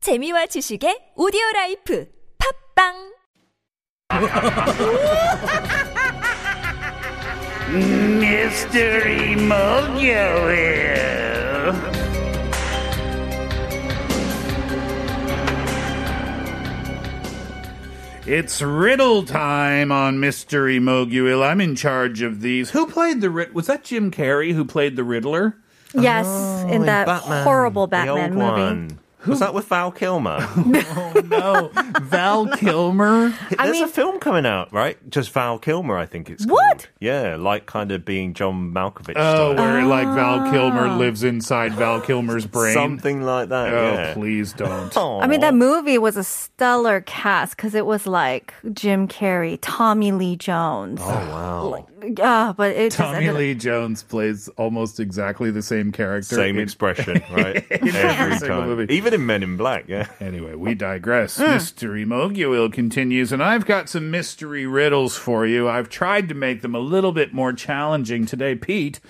재미와 지식의 오디오 라이프 팝빵 Mystery Mojo here. It's riddle time on Mystery Moguil. I'm in charge of these. Who played the Rid? Was that Jim Carrey who played the Riddler? Yes, in that Oh, Batman, horrible the Batman old movie. One. Was that with Val Kilmer? Oh, No, Val Kilmer. There's mean- a film coming out, right? Just Val Kilmer, I think it's. What? called. Yeah, like kind of being John Malkovich. Oh, style. where like Val Kilmer lives inside Val Kilmer's brain. Ah. something like that. Oh, yeah. Oh, please don't. Aw. I mean, that movie was a stellar cast because it was like Jim Carrey, Tommy Lee Jones. Oh, wow. Yeah, but it just Tommy ended- Lee Jones plays almost exactly the same character. Same in expression, right? every Every single time. movie. Even in Men in Black, yeah. Anyway, we digress. Mystery Moguil continues, and I've got some mystery riddles for you. I've tried to make them a little bit more challenging today. Pete,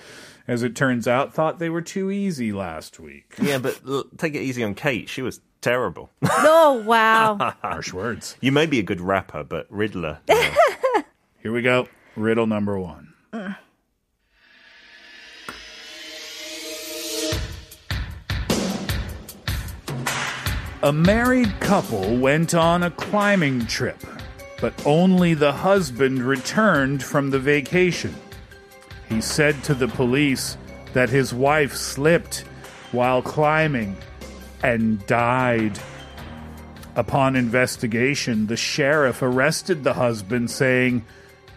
as it turns out, thought they were too easy last week. Yeah, but look, take it easy on Kate. She was terrible. Oh, wow. Harsh words. you may be a good rapper, but Riddler. Here we go. Riddle number one. A married couple went on a climbing trip, but only the husband returned from the vacation. He said to the police that his wife slipped while climbing and died. Upon investigation, the sheriff arrested the husband, saying,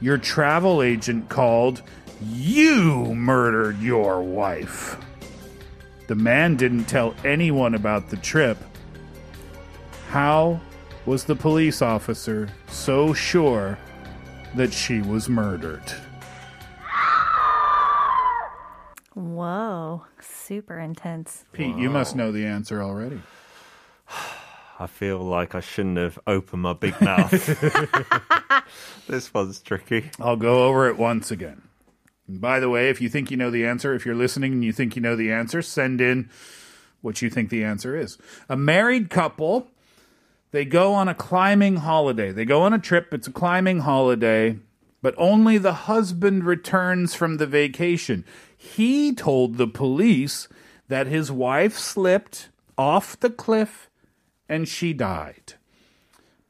Your travel agent called. You murdered your wife. The man didn't tell anyone about the trip. How was the police officer so sure that she was murdered? Whoa, super intense. Pete, you must know the answer already. I feel like I shouldn't have opened my big mouth. this one's tricky. I'll go over it once again. And by the way, if you think you know the answer, if you're listening and you think you know the answer, send in what you think the answer is. A married couple, they go on a climbing holiday. They go on a trip, it's a climbing holiday, but only the husband returns from the vacation. He told the police that his wife slipped off the cliff and she died.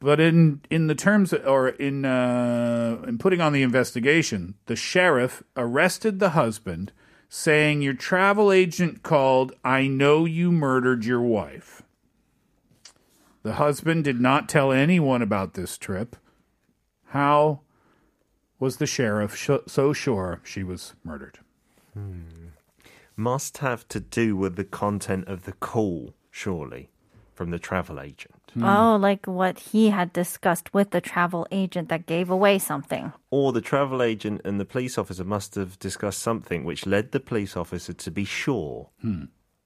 But in in the terms or in uh, in putting on the investigation, the sheriff arrested the husband, saying your travel agent called. I know you murdered your wife. The husband did not tell anyone about this trip. How was the sheriff sh- so sure she was murdered? must have to do with the content of the call, surely, from the travel agent. Oh, like what he had discussed with the travel agent that gave away something. Or the travel agent and the police officer must have discussed something which led the police officer to be sure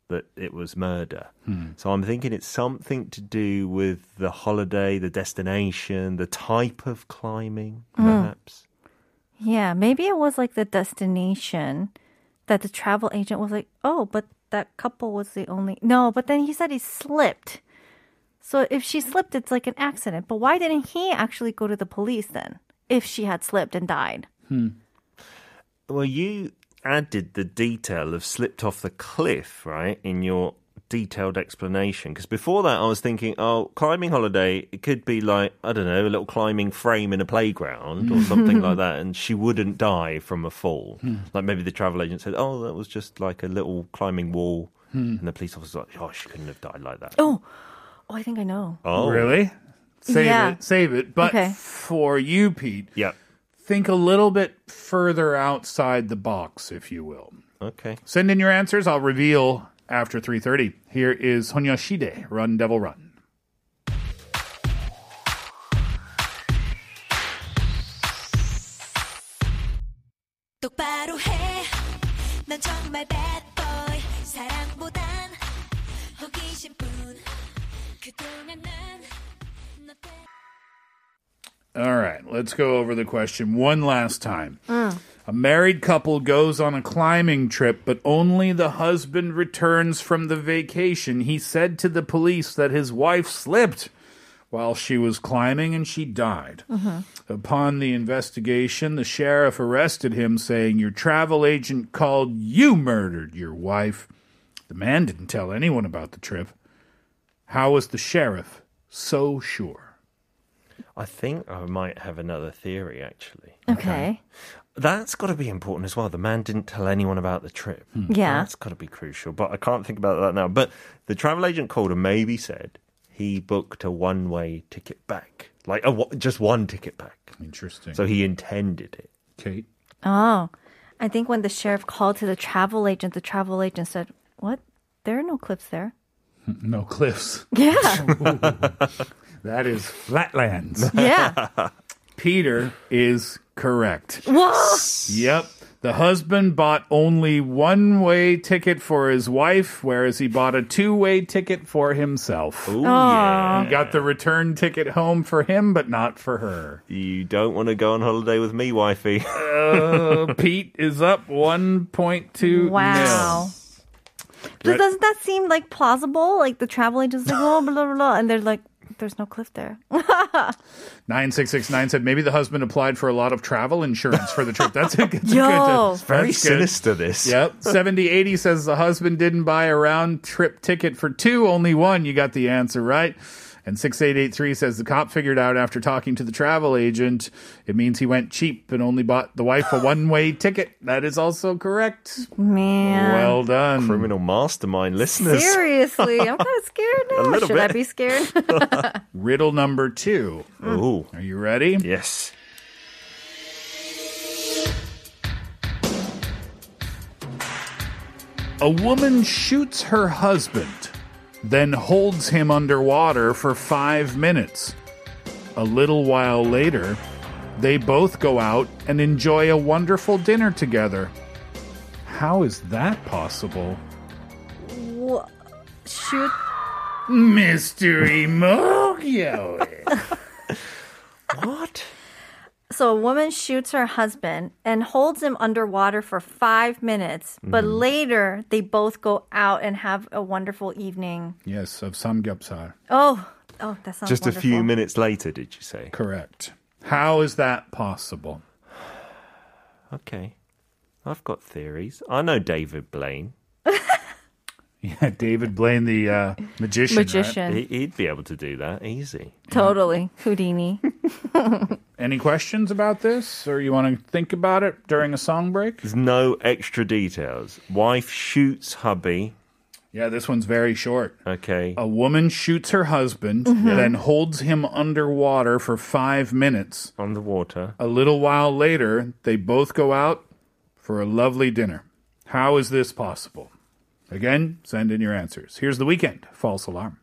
that it was murder. So I'm thinking it's something to do with the holiday, the destination, the type of climbing, perhaps. Yeah, maybe it was like the destination that the travel agent was like, oh, but that couple was the only. No, but then he said he slipped. So if she slipped, it's like an accident. But why didn't he actually go to the police then if she had slipped and died? Well, you added the detail of slipped off the cliff, right, in your detailed explanation. Because before that, I was thinking, oh, climbing holiday, it could be like, I don't know, a little climbing frame in a playground or something like that, and she wouldn't die from a fall. Like maybe the travel agent said, oh, that was just like a little climbing wall. And the police officer's like, oh, she couldn't have died like that. Oh, oh, I think I know. Oh, Really? Save Yeah. it. Save it. But Okay. for you, Pete, Yeah. think a little bit further outside the box, if you will. Okay. Send in your answers. I'll reveal after 3.30. Here is Honyoshide, Run Devil Run. 똑바로 해. 난 정말 bad boy. 사랑보단 호기심뿐. 그동안 난너 때문에. All right, let's go over the question one last time. A married couple goes on a climbing trip, but only the husband returns from the vacation. He said to the police that his wife slipped while she was climbing and she died. Upon the investigation, the sheriff arrested him, saying, Your travel agent called you murdered your wife. The man didn't tell anyone about the trip. How was the sheriff so sure? I think I might have another theory actually. Okay. That's got to be important as well. The man didn't tell anyone about the trip. Yeah. That's got to be crucial. But I can't think about that now. But the travel agent called and maybe said he booked a one way ticket back, like a, wa- just one ticket back. Interesting. So he intended it. Kate? Oh, I think when the sheriff called to the travel agent, the travel agent said, "What? There are no clips there." No cliffs. Yeah. That is flatlands. yeah. Peter is correct. Whoa. Yep. The husband bought only one way ticket for his wife, whereas he bought a two way ticket for himself. Oh, yeah. He got the return ticket home for him, but not for her. You don't want to go on holiday with me, wifey. Uh, Pete is up 1.2 Wow. nil. But doesn't that seem like plausible? Like the travel agent's like, oh, blah, blah, blah. And they're like, there's no cliff there. 9669 said maybe the husband applied for a lot of travel insurance for the trip. That's a good that's a Yo. good- It's Very that's good. sinister, this. Yep. 7080 says the husband didn't buy a round trip ticket for two, only one. You got the answer right. And 6883 says the cop figured out after talking to the travel agent, it means he went cheap and only bought the wife a one way ticket. That is also correct. Man. Well done. Criminal mastermind listeners. Seriously, I'm kind of scared now. little Should I bit. be scared? Riddle number two. Oh, Are you ready? yes. A woman shoots her husband, then holds him underwater for five minutes. A little while later, they both go out and enjoy a wonderful dinner together. How is that possible? Wha- Shoot. Mystery Mogyo. What? So a woman shoots her husband and holds him underwater for five minutes, but Mm-hmm. later they both go out and have a wonderful evening. yes, of Samgyeopsal. Oh, oh, that sounds Just a wonderful. few minutes later, did you say? Correct. How is that possible? Okay. I've got theories. I know David Blaine. Yeah, David Blaine, the uh, magician. right? Magician, He- He'd be able to do that easy. totally Houdini. Any questions about this, or you want to think about it during a song break? There's no extra details. Wife shoots hubby. Yeah, this one's very short. Okay. A woman shoots her husband, then holds him underwater for five minutes. On the water. A little while later, they both go out for a lovely dinner. How is this possible? Again, send in your answers. Here's the weekend false alarm.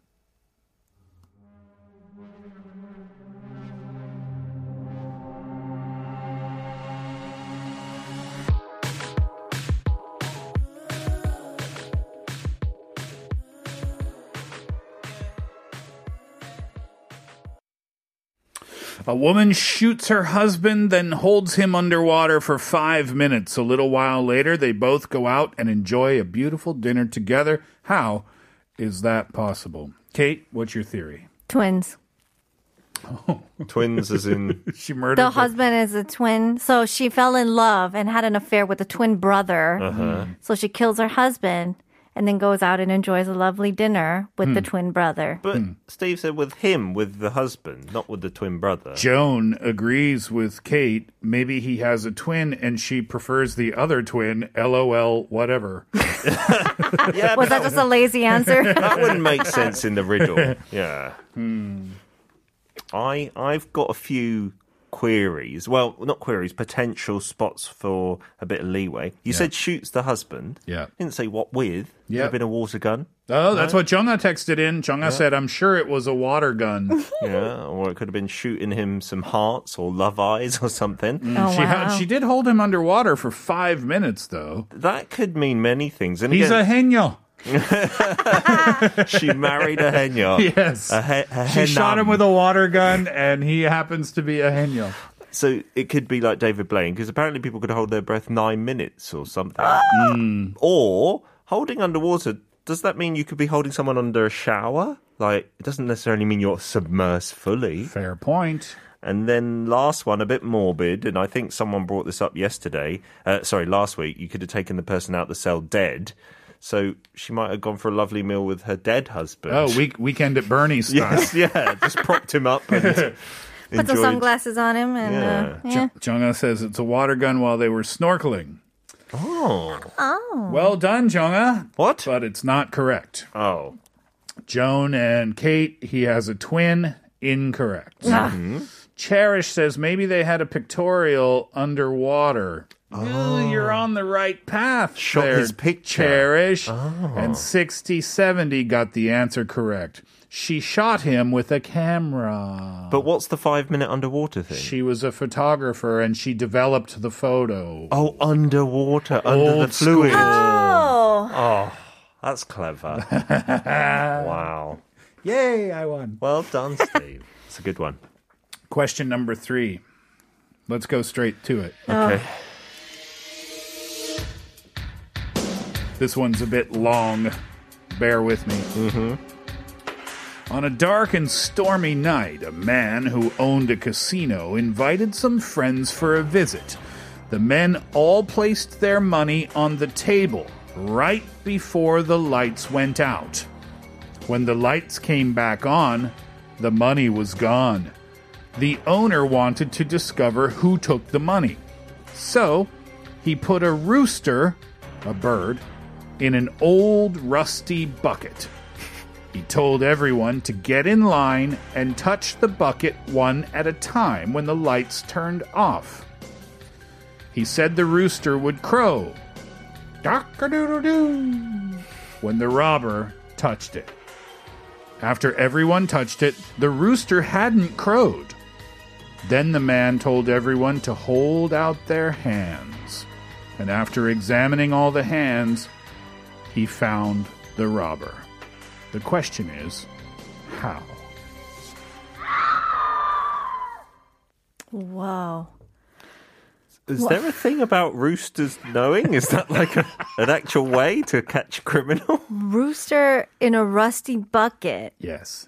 A woman shoots her husband, then holds him underwater for five minutes. A little while later, they both go out and enjoy a beautiful dinner together. How is that possible? Kate, what's your theory? Twins. Twins as in She murdered The husband is a twin, so she fell in love and had an affair with a twin brother. So she kills her husband and then goes out and enjoys a lovely dinner with the Hmm. twin brother. But Steve said with him, with the husband, not with the twin brother. Joan agrees with Kate. Maybe he has a twin and she prefers the other twin. LOL, whatever. yeah, Was that just a lazy answer? that wouldn't make sense Hmm. in the riddle. Yeah. I I've got a few queries. Well, not queries, potential spots for a bit of leeway. You said shoots the husband. Yeah. Didn't say what with. Could Yeah. have been a water gun. Oh, that's what Chunga texted in. Chunga said, I'm sure it was a water gun. Yeah. Or it could have been shooting him some hearts or love eyes or something. Oh, she, ha- wow. she did hold him underwater for five minutes, though. That could mean many things. And He's a again, henyo. she married a henya. Yes. A he- a She shot henam. him with a water gun, and he happens to be a henyo. So it could be like David Blaine, because apparently people could hold their breath nine minutes or something. Ah! Mm. Or holding underwater, does that mean you could be holding someone under a shower? Like, it doesn't necessarily mean you're submersed fully. Fair point. And then last one, a bit morbid, and I think someone brought this up yesterday. Uh, sorry, last week. You could have taken the person out the cell dead. So she might have gone for a lovely meal with her dead husband. Oh, week, weekend at Bernie's style. yes, yeah. Just propped him up and Put some enjoyed- sunglasses on him and uh, yeah. Jonga says it's a water gun while they were snorkeling. Oh, Well done, Jonga. what? But it's not correct. Oh, Joan and Kate, he has a twin. Incorrect. Mm-hmm. Ah. Cherish says maybe they had a pictorial underwater. Oh. You're on the right path. Shot there, his picture. Cherish. And 6070 got the answer correct. She shot him with a camera. but what's the five minute underwater thing? She was a photographer and she developed the photo. oh, underwater, under the Old school. fluid. Oh, That's clever. wow. Yay, I won. Well done, Steve. It's a good one. Question number three. Let's go straight to it. Okay. This one's a bit long. Bear with me. Mm-hmm. On a dark and stormy night, a man who owned a casino invited some friends for a visit. The men all placed their money on the table right before the lights went out. When the lights came back on, the money was gone. The owner wanted to discover who took the money. So he put a rooster, a bird, in an old rusty bucket. He told everyone to get in line and touch the bucket one at a time when the lights turned off. He said the rooster would crow. Dock-a-doodle-doo, When the robber touched it. After everyone touched it, the rooster hadn't crowed. Then the man told everyone to hold out their hands. And after examining all the hands, he found the robber. The question is, how? wow. Is there a thing about roosters knowing? Is that like a, an actual way to catch a criminal? Rooster in a rusty bucket, Yes.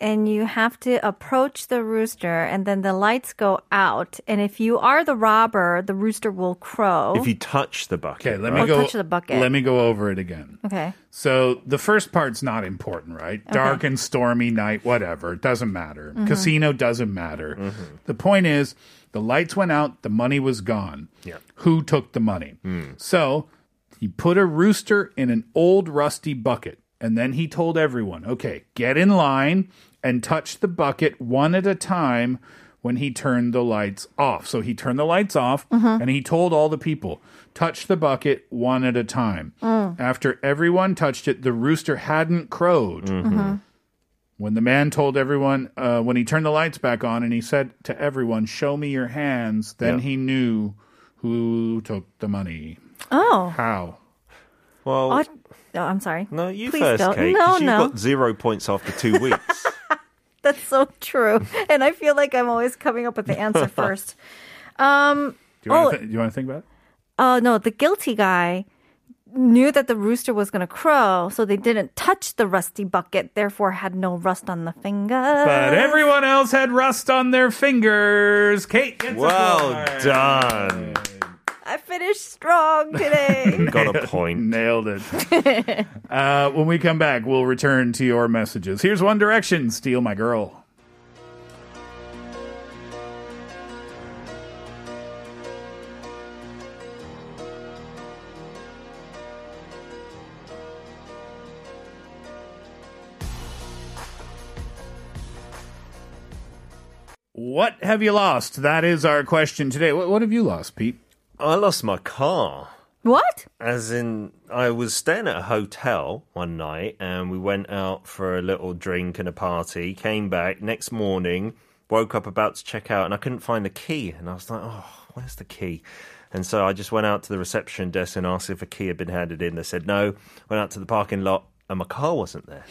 and you have to approach the rooster, and then the lights go out. And if you are the robber, the rooster will crow. If you touch the bucket. Okay, let me Or right? go touch the bucket. Let me go over it again. okay. So the first part's not important, right? Dark and stormy night, whatever. It doesn't matter. Casino doesn't matter. The point is, the lights went out, the money was gone. Yeah. Who took the money? So he put a rooster in an old rusty bucket. And then he told everyone, okay, get in line and touch the bucket one at a time when he turned the lights off. So he turned the lights off and he told all the people, touch the bucket one at a time. After everyone touched it, the rooster hadn't crowed. Mm-hmm. When the man told everyone, uh, when he turned the lights back on and he said to everyone, show me your hands, then he Yeah. knew who took the money. Oh. How? Well, Oh, no, I'm sorry. no, you Please 1st don't. Kate. No, 'cause no. You've got zero points after two weeks. That's so true. And I feel like I'm always coming up with the answer first. Um, Do you want Oh. to th- do you want to think about it? oh no, the guilty guy knew that the rooster was going to crow, so they didn't touch the rusty bucket, therefore had no rust on the finger. But everyone else had rust on their fingers. Kate gets well a point. done. I finished strong today. Got a point. Nailed it. uh, when we come back, we'll return to your messages. Here's One Direction Steal My Girl. What have you lost? That is our question today. What, what have you lost, Pete? I lost my car. what? As in, I was staying at a hotel one night and we went out for a little drink and a party. Came back next morning, woke up about to check out, and I couldn't find the key. And I was like, oh, where's the key? And so I just went out to the reception desk and asked if a key had been handed in. They said no. Went out to the parking lot, and my car wasn't there.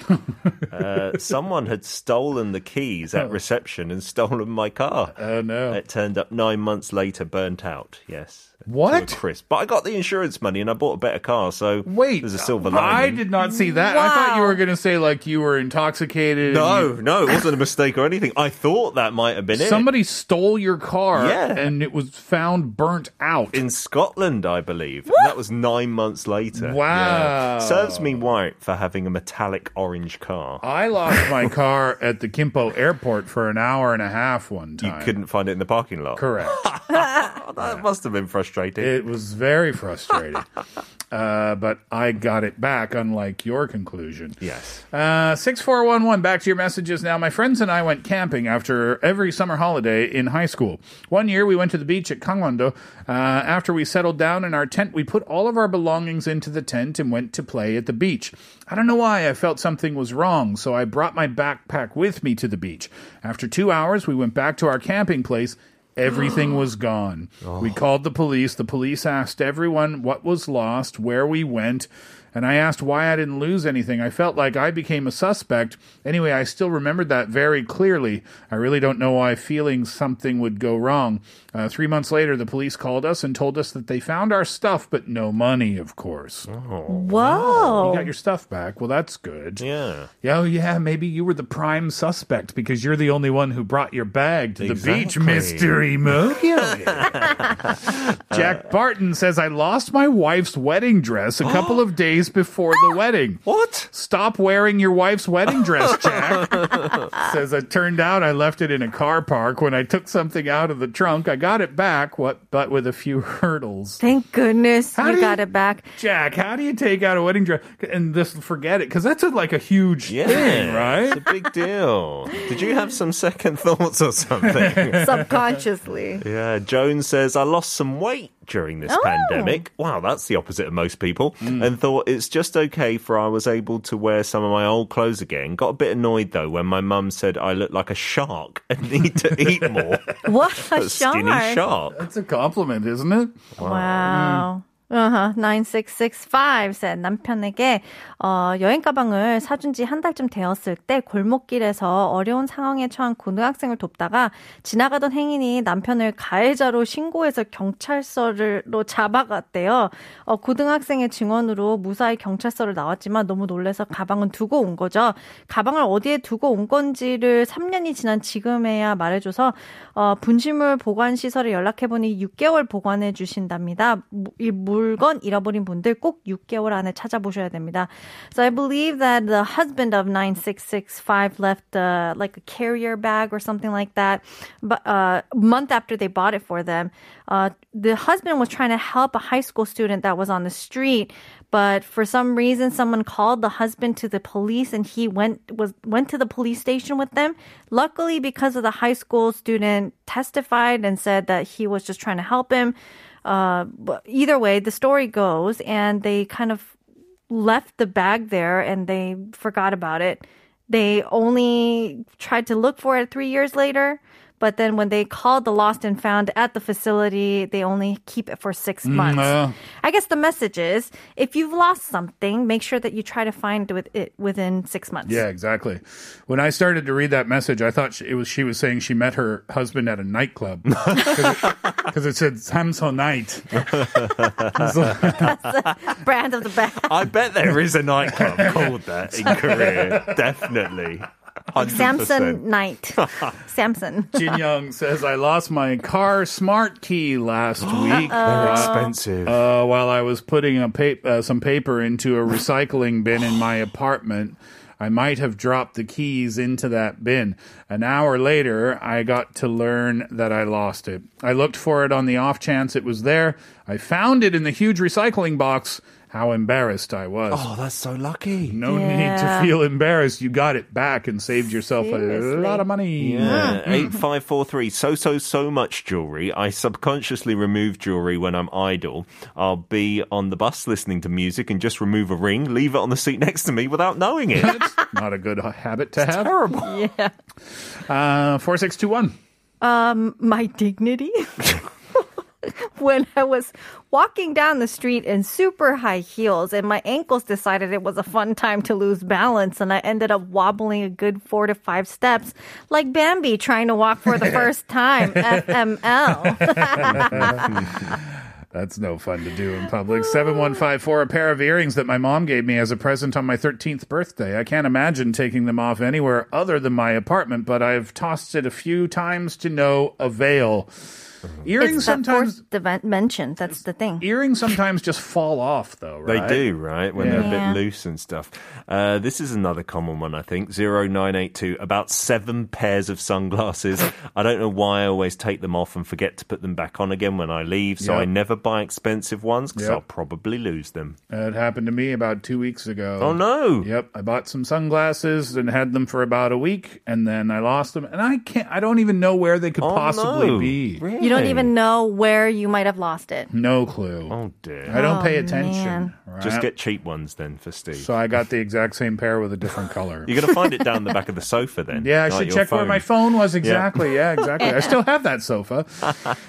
uh, someone had stolen the keys at reception and stolen my car. Oh no. It turned up nine months later, burnt out. Yes. To a What? crisp. But I got the insurance money and I bought a better car. So Wait, there's a silver I lining. did not see that. I thought you Wow. were going to say like you were intoxicated. and No, you- no, it wasn't a mistake or anything. I thought that might have been it. somebody stole your car. Yeah. and it was found burnt out. in Scotland, I believe. That was nine months later. Wow. Serves me right for having a metallic orange car. I lost my car at the Kimpo Airport for an hour and a half one You time. couldn't find it in the parking lot. correct. Oh, that must have been frustrating. It was very frustrating. Uh, but I got it back, unlike your conclusion. yes. Uh, 6411, back to your messages now. My friends and I went camping after every summer holiday in high school. One year we went to the beach at Kangwando. Uh, after we settled down in our tent, we put all of our belongings into the tent and went to play at the beach. I don't know why I felt something was wrong, so I brought my backpack with me to the beach. After two hours, we went back to our camping place. Everything was gone. We called the police. The police asked everyone what was lost, where we went, and I asked why I didn't lose anything. I felt like I became a suspect. Anyway, I still remembered that very clearly. I really don't know why feeling something would go wrong. Uh, three months later, the police called us and told us that they found our stuff, but no money, of course. You Whoa. got your stuff back. Well, that's good. Yeah. Oh, yeah, maybe you were the prime suspect because you're the only one who brought your bag to the beach, Exactly. Mr. Emoji. Jack Barton says, I lost my wife's wedding dress a couple of days before the wedding. What? Stop wearing your wife's wedding dress, Jack. Says, it turned out I left it in a car park. When I took something out of the trunk, I got it back, what, but with a few hurdles. Thank goodness How you do you- got it back. Jack, how do you take out a wedding dress and just forget it? Because that's a, like a huge Yeah. thing, right? It's a big deal. Did you have some second thoughts or something? Subconsciously. Yeah, Joan says, I lost some weight during this Oh. pandemic. Wow, that's the opposite of most people. And thought it's just okay for I was able to wear some of my old clothes again. Got a bit annoyed though when my mum said I look like a shark and need to eat more. What a a skinny shark. shark. That's a compliment, isn't it? Wow. Uh-huh. 9665 said 남편에게 어, 여행 가방을 사준 지 한 달쯤 되었을 때 골목길에서 어려운 상황에 처한 고등학생을 돕다가 지나가던 행인이 남편을 가해자로 신고해서 경찰서로 잡아갔대요. 어, 고등학생의 증언으로 무사히 경찰서를 나왔지만 너무 놀라서 가방은 두고 온 거죠. 가방을 어디에 두고 온 건지를 3년이 지난 지금에야 말해줘서 어, 분실물 보관 시설에 연락해보니 6개월 보관해 주신답니다. 무- 이 물건 잃어버린 분들 꼭 6개월 안에 찾아보셔야 됩니다. So I believe that the husband of 9665 left uh, like a carrier bag or something like that, but uh, month after they bought it for them, uh, the husband was trying to help a high school student that was on the street. But for some reason, someone called the husband to the police, and he went was went to the police station with them. Luckily, because of the high school student testified and said that he was just trying to help him. Uh, but either way, the story goes, and they kind of left the bag there and they forgot about it. They only tried to look for it three years later, but then when they called the lost and found at the facility, they only keep it for six months. uh. I guess the message is if you've lost something, make sure that you try to find with it within six months. Yeah, exactly. When I started to read that message, I thought she, it was she was saying she met her husband at a nightclub because it, said Samsung night. It's like- Brand of the bag. I bet there is a nightclub called that in Korea. Definitely. 100%. Samson Knight. Samson. Jin Young says, "I lost my car smart key last week They're expensive. uh, while I was putting a pa- uh, some paper into a recycling bin in my apartment. I might have dropped the keys into that bin. An hour later, I got to learn that I lost it. I looked for it on the off chance it was there. I found it in the huge recycling box. How embarrassed I was. oh, that's so lucky. No need to Yeah. feel embarrassed. You got it back and saved yourself a Seriously. lot of money. Yeah, eight five four three. So so so much jewelry. I subconsciously remove jewelry when I'm idle. I'll be on the bus listening to music and just remove a ring, leave it on the seat next to me without knowing it. Not a good h- habit to have. Terrible. Uh, 4621. My dignity. when I was walking down the street in super high heels, and my ankles decided it was a fun time to lose balance, and I ended up wobbling a good four to five steps, like Bambi trying to walk for the first time. FML. That's no fun to do in public. 7154, a pair of earrings that my mom gave me as a present on my 13th birthday. I can't imagine taking them off anywhere other than my apartment, but I've tossed it a few times to no avail. Mm-hmm. Earrings It's that sometimes. fourth event mentioned. That's the thing. Earrings sometimes just fall off, though, They right? do, right? When they're Yeah. a bit loose and stuff. Uh, this is another common one, I think. 0982, about seven pairs of sunglasses. I don't know why I always take them off and forget to put them back on again when I leave. Yep. So I never buy expensive ones because Yep. I'll probably lose them. It happened to me about two weeks ago. Oh, no. Yep, I bought some sunglasses and had them for about a week, and then I lost them, and I can't. I don't even know where they could Oh, possibly no. be. Really? You don't even know where you might have lost it. No clue. Oh, dear. I don't Oh, pay attention. man. Right? Just get cheap ones then for Steve. So I got the exact same pair with a different color. You're going to find it down the back of the sofa then. Yeah, I like should your check where my phone was exactly. Yeah, exactly. I still have that sofa.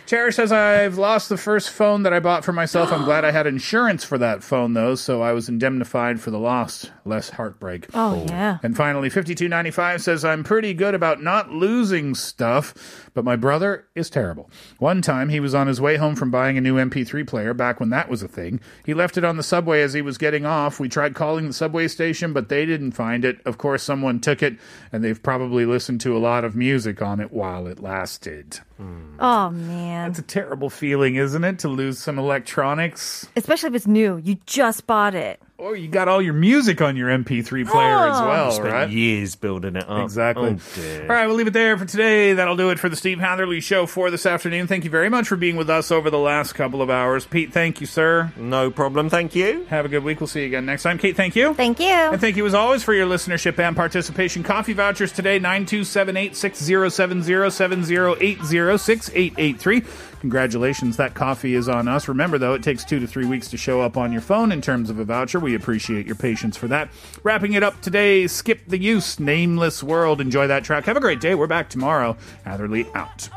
Cherish says I've lost the first phone that I bought for myself. I'm glad I had insurance for that phone though, so I was indemnified for the loss. Less heartbreak. Oh, yeah. And finally, 5295 says, I'm pretty good about not losing stuff, but my brother is terrible. One time, he was on his way home from buying a new MP3 player back when that was a thing. He left it on the subway as he was getting off. We tried calling the subway station, but they didn't find it. Of course, someone took it, and they've probably listened to a lot of music on it while it lasted. Oh, man. It's a terrible feeling, isn't it, to lose some electronics? Especially if it's new. You just bought it. Or you got all your music on your MP3 player as Oh. well, Spent right? years building it up. Exactly. Oh, dear. All right, we'll leave it there for today. That'll do it for the Steve Hatherley Show for this afternoon. Thank you very much for being with us over the last couple of hours. Pete, thank you, sir. No problem. Thank you. Have a good week. We'll see you again next time. Kate, thank you. Thank you. And thank you as always for your listenership and participation. Coffee vouchers today, 9278-6070-7080-6883. Congratulations, that coffee is on us. Remember, though, it takes two to three weeks to show up on your phone in terms of a voucher. We appreciate your patience for that. Wrapping it up today, Skip the Use, Nameless World. Enjoy that track. Have a great day. We're back tomorrow. Atherley out.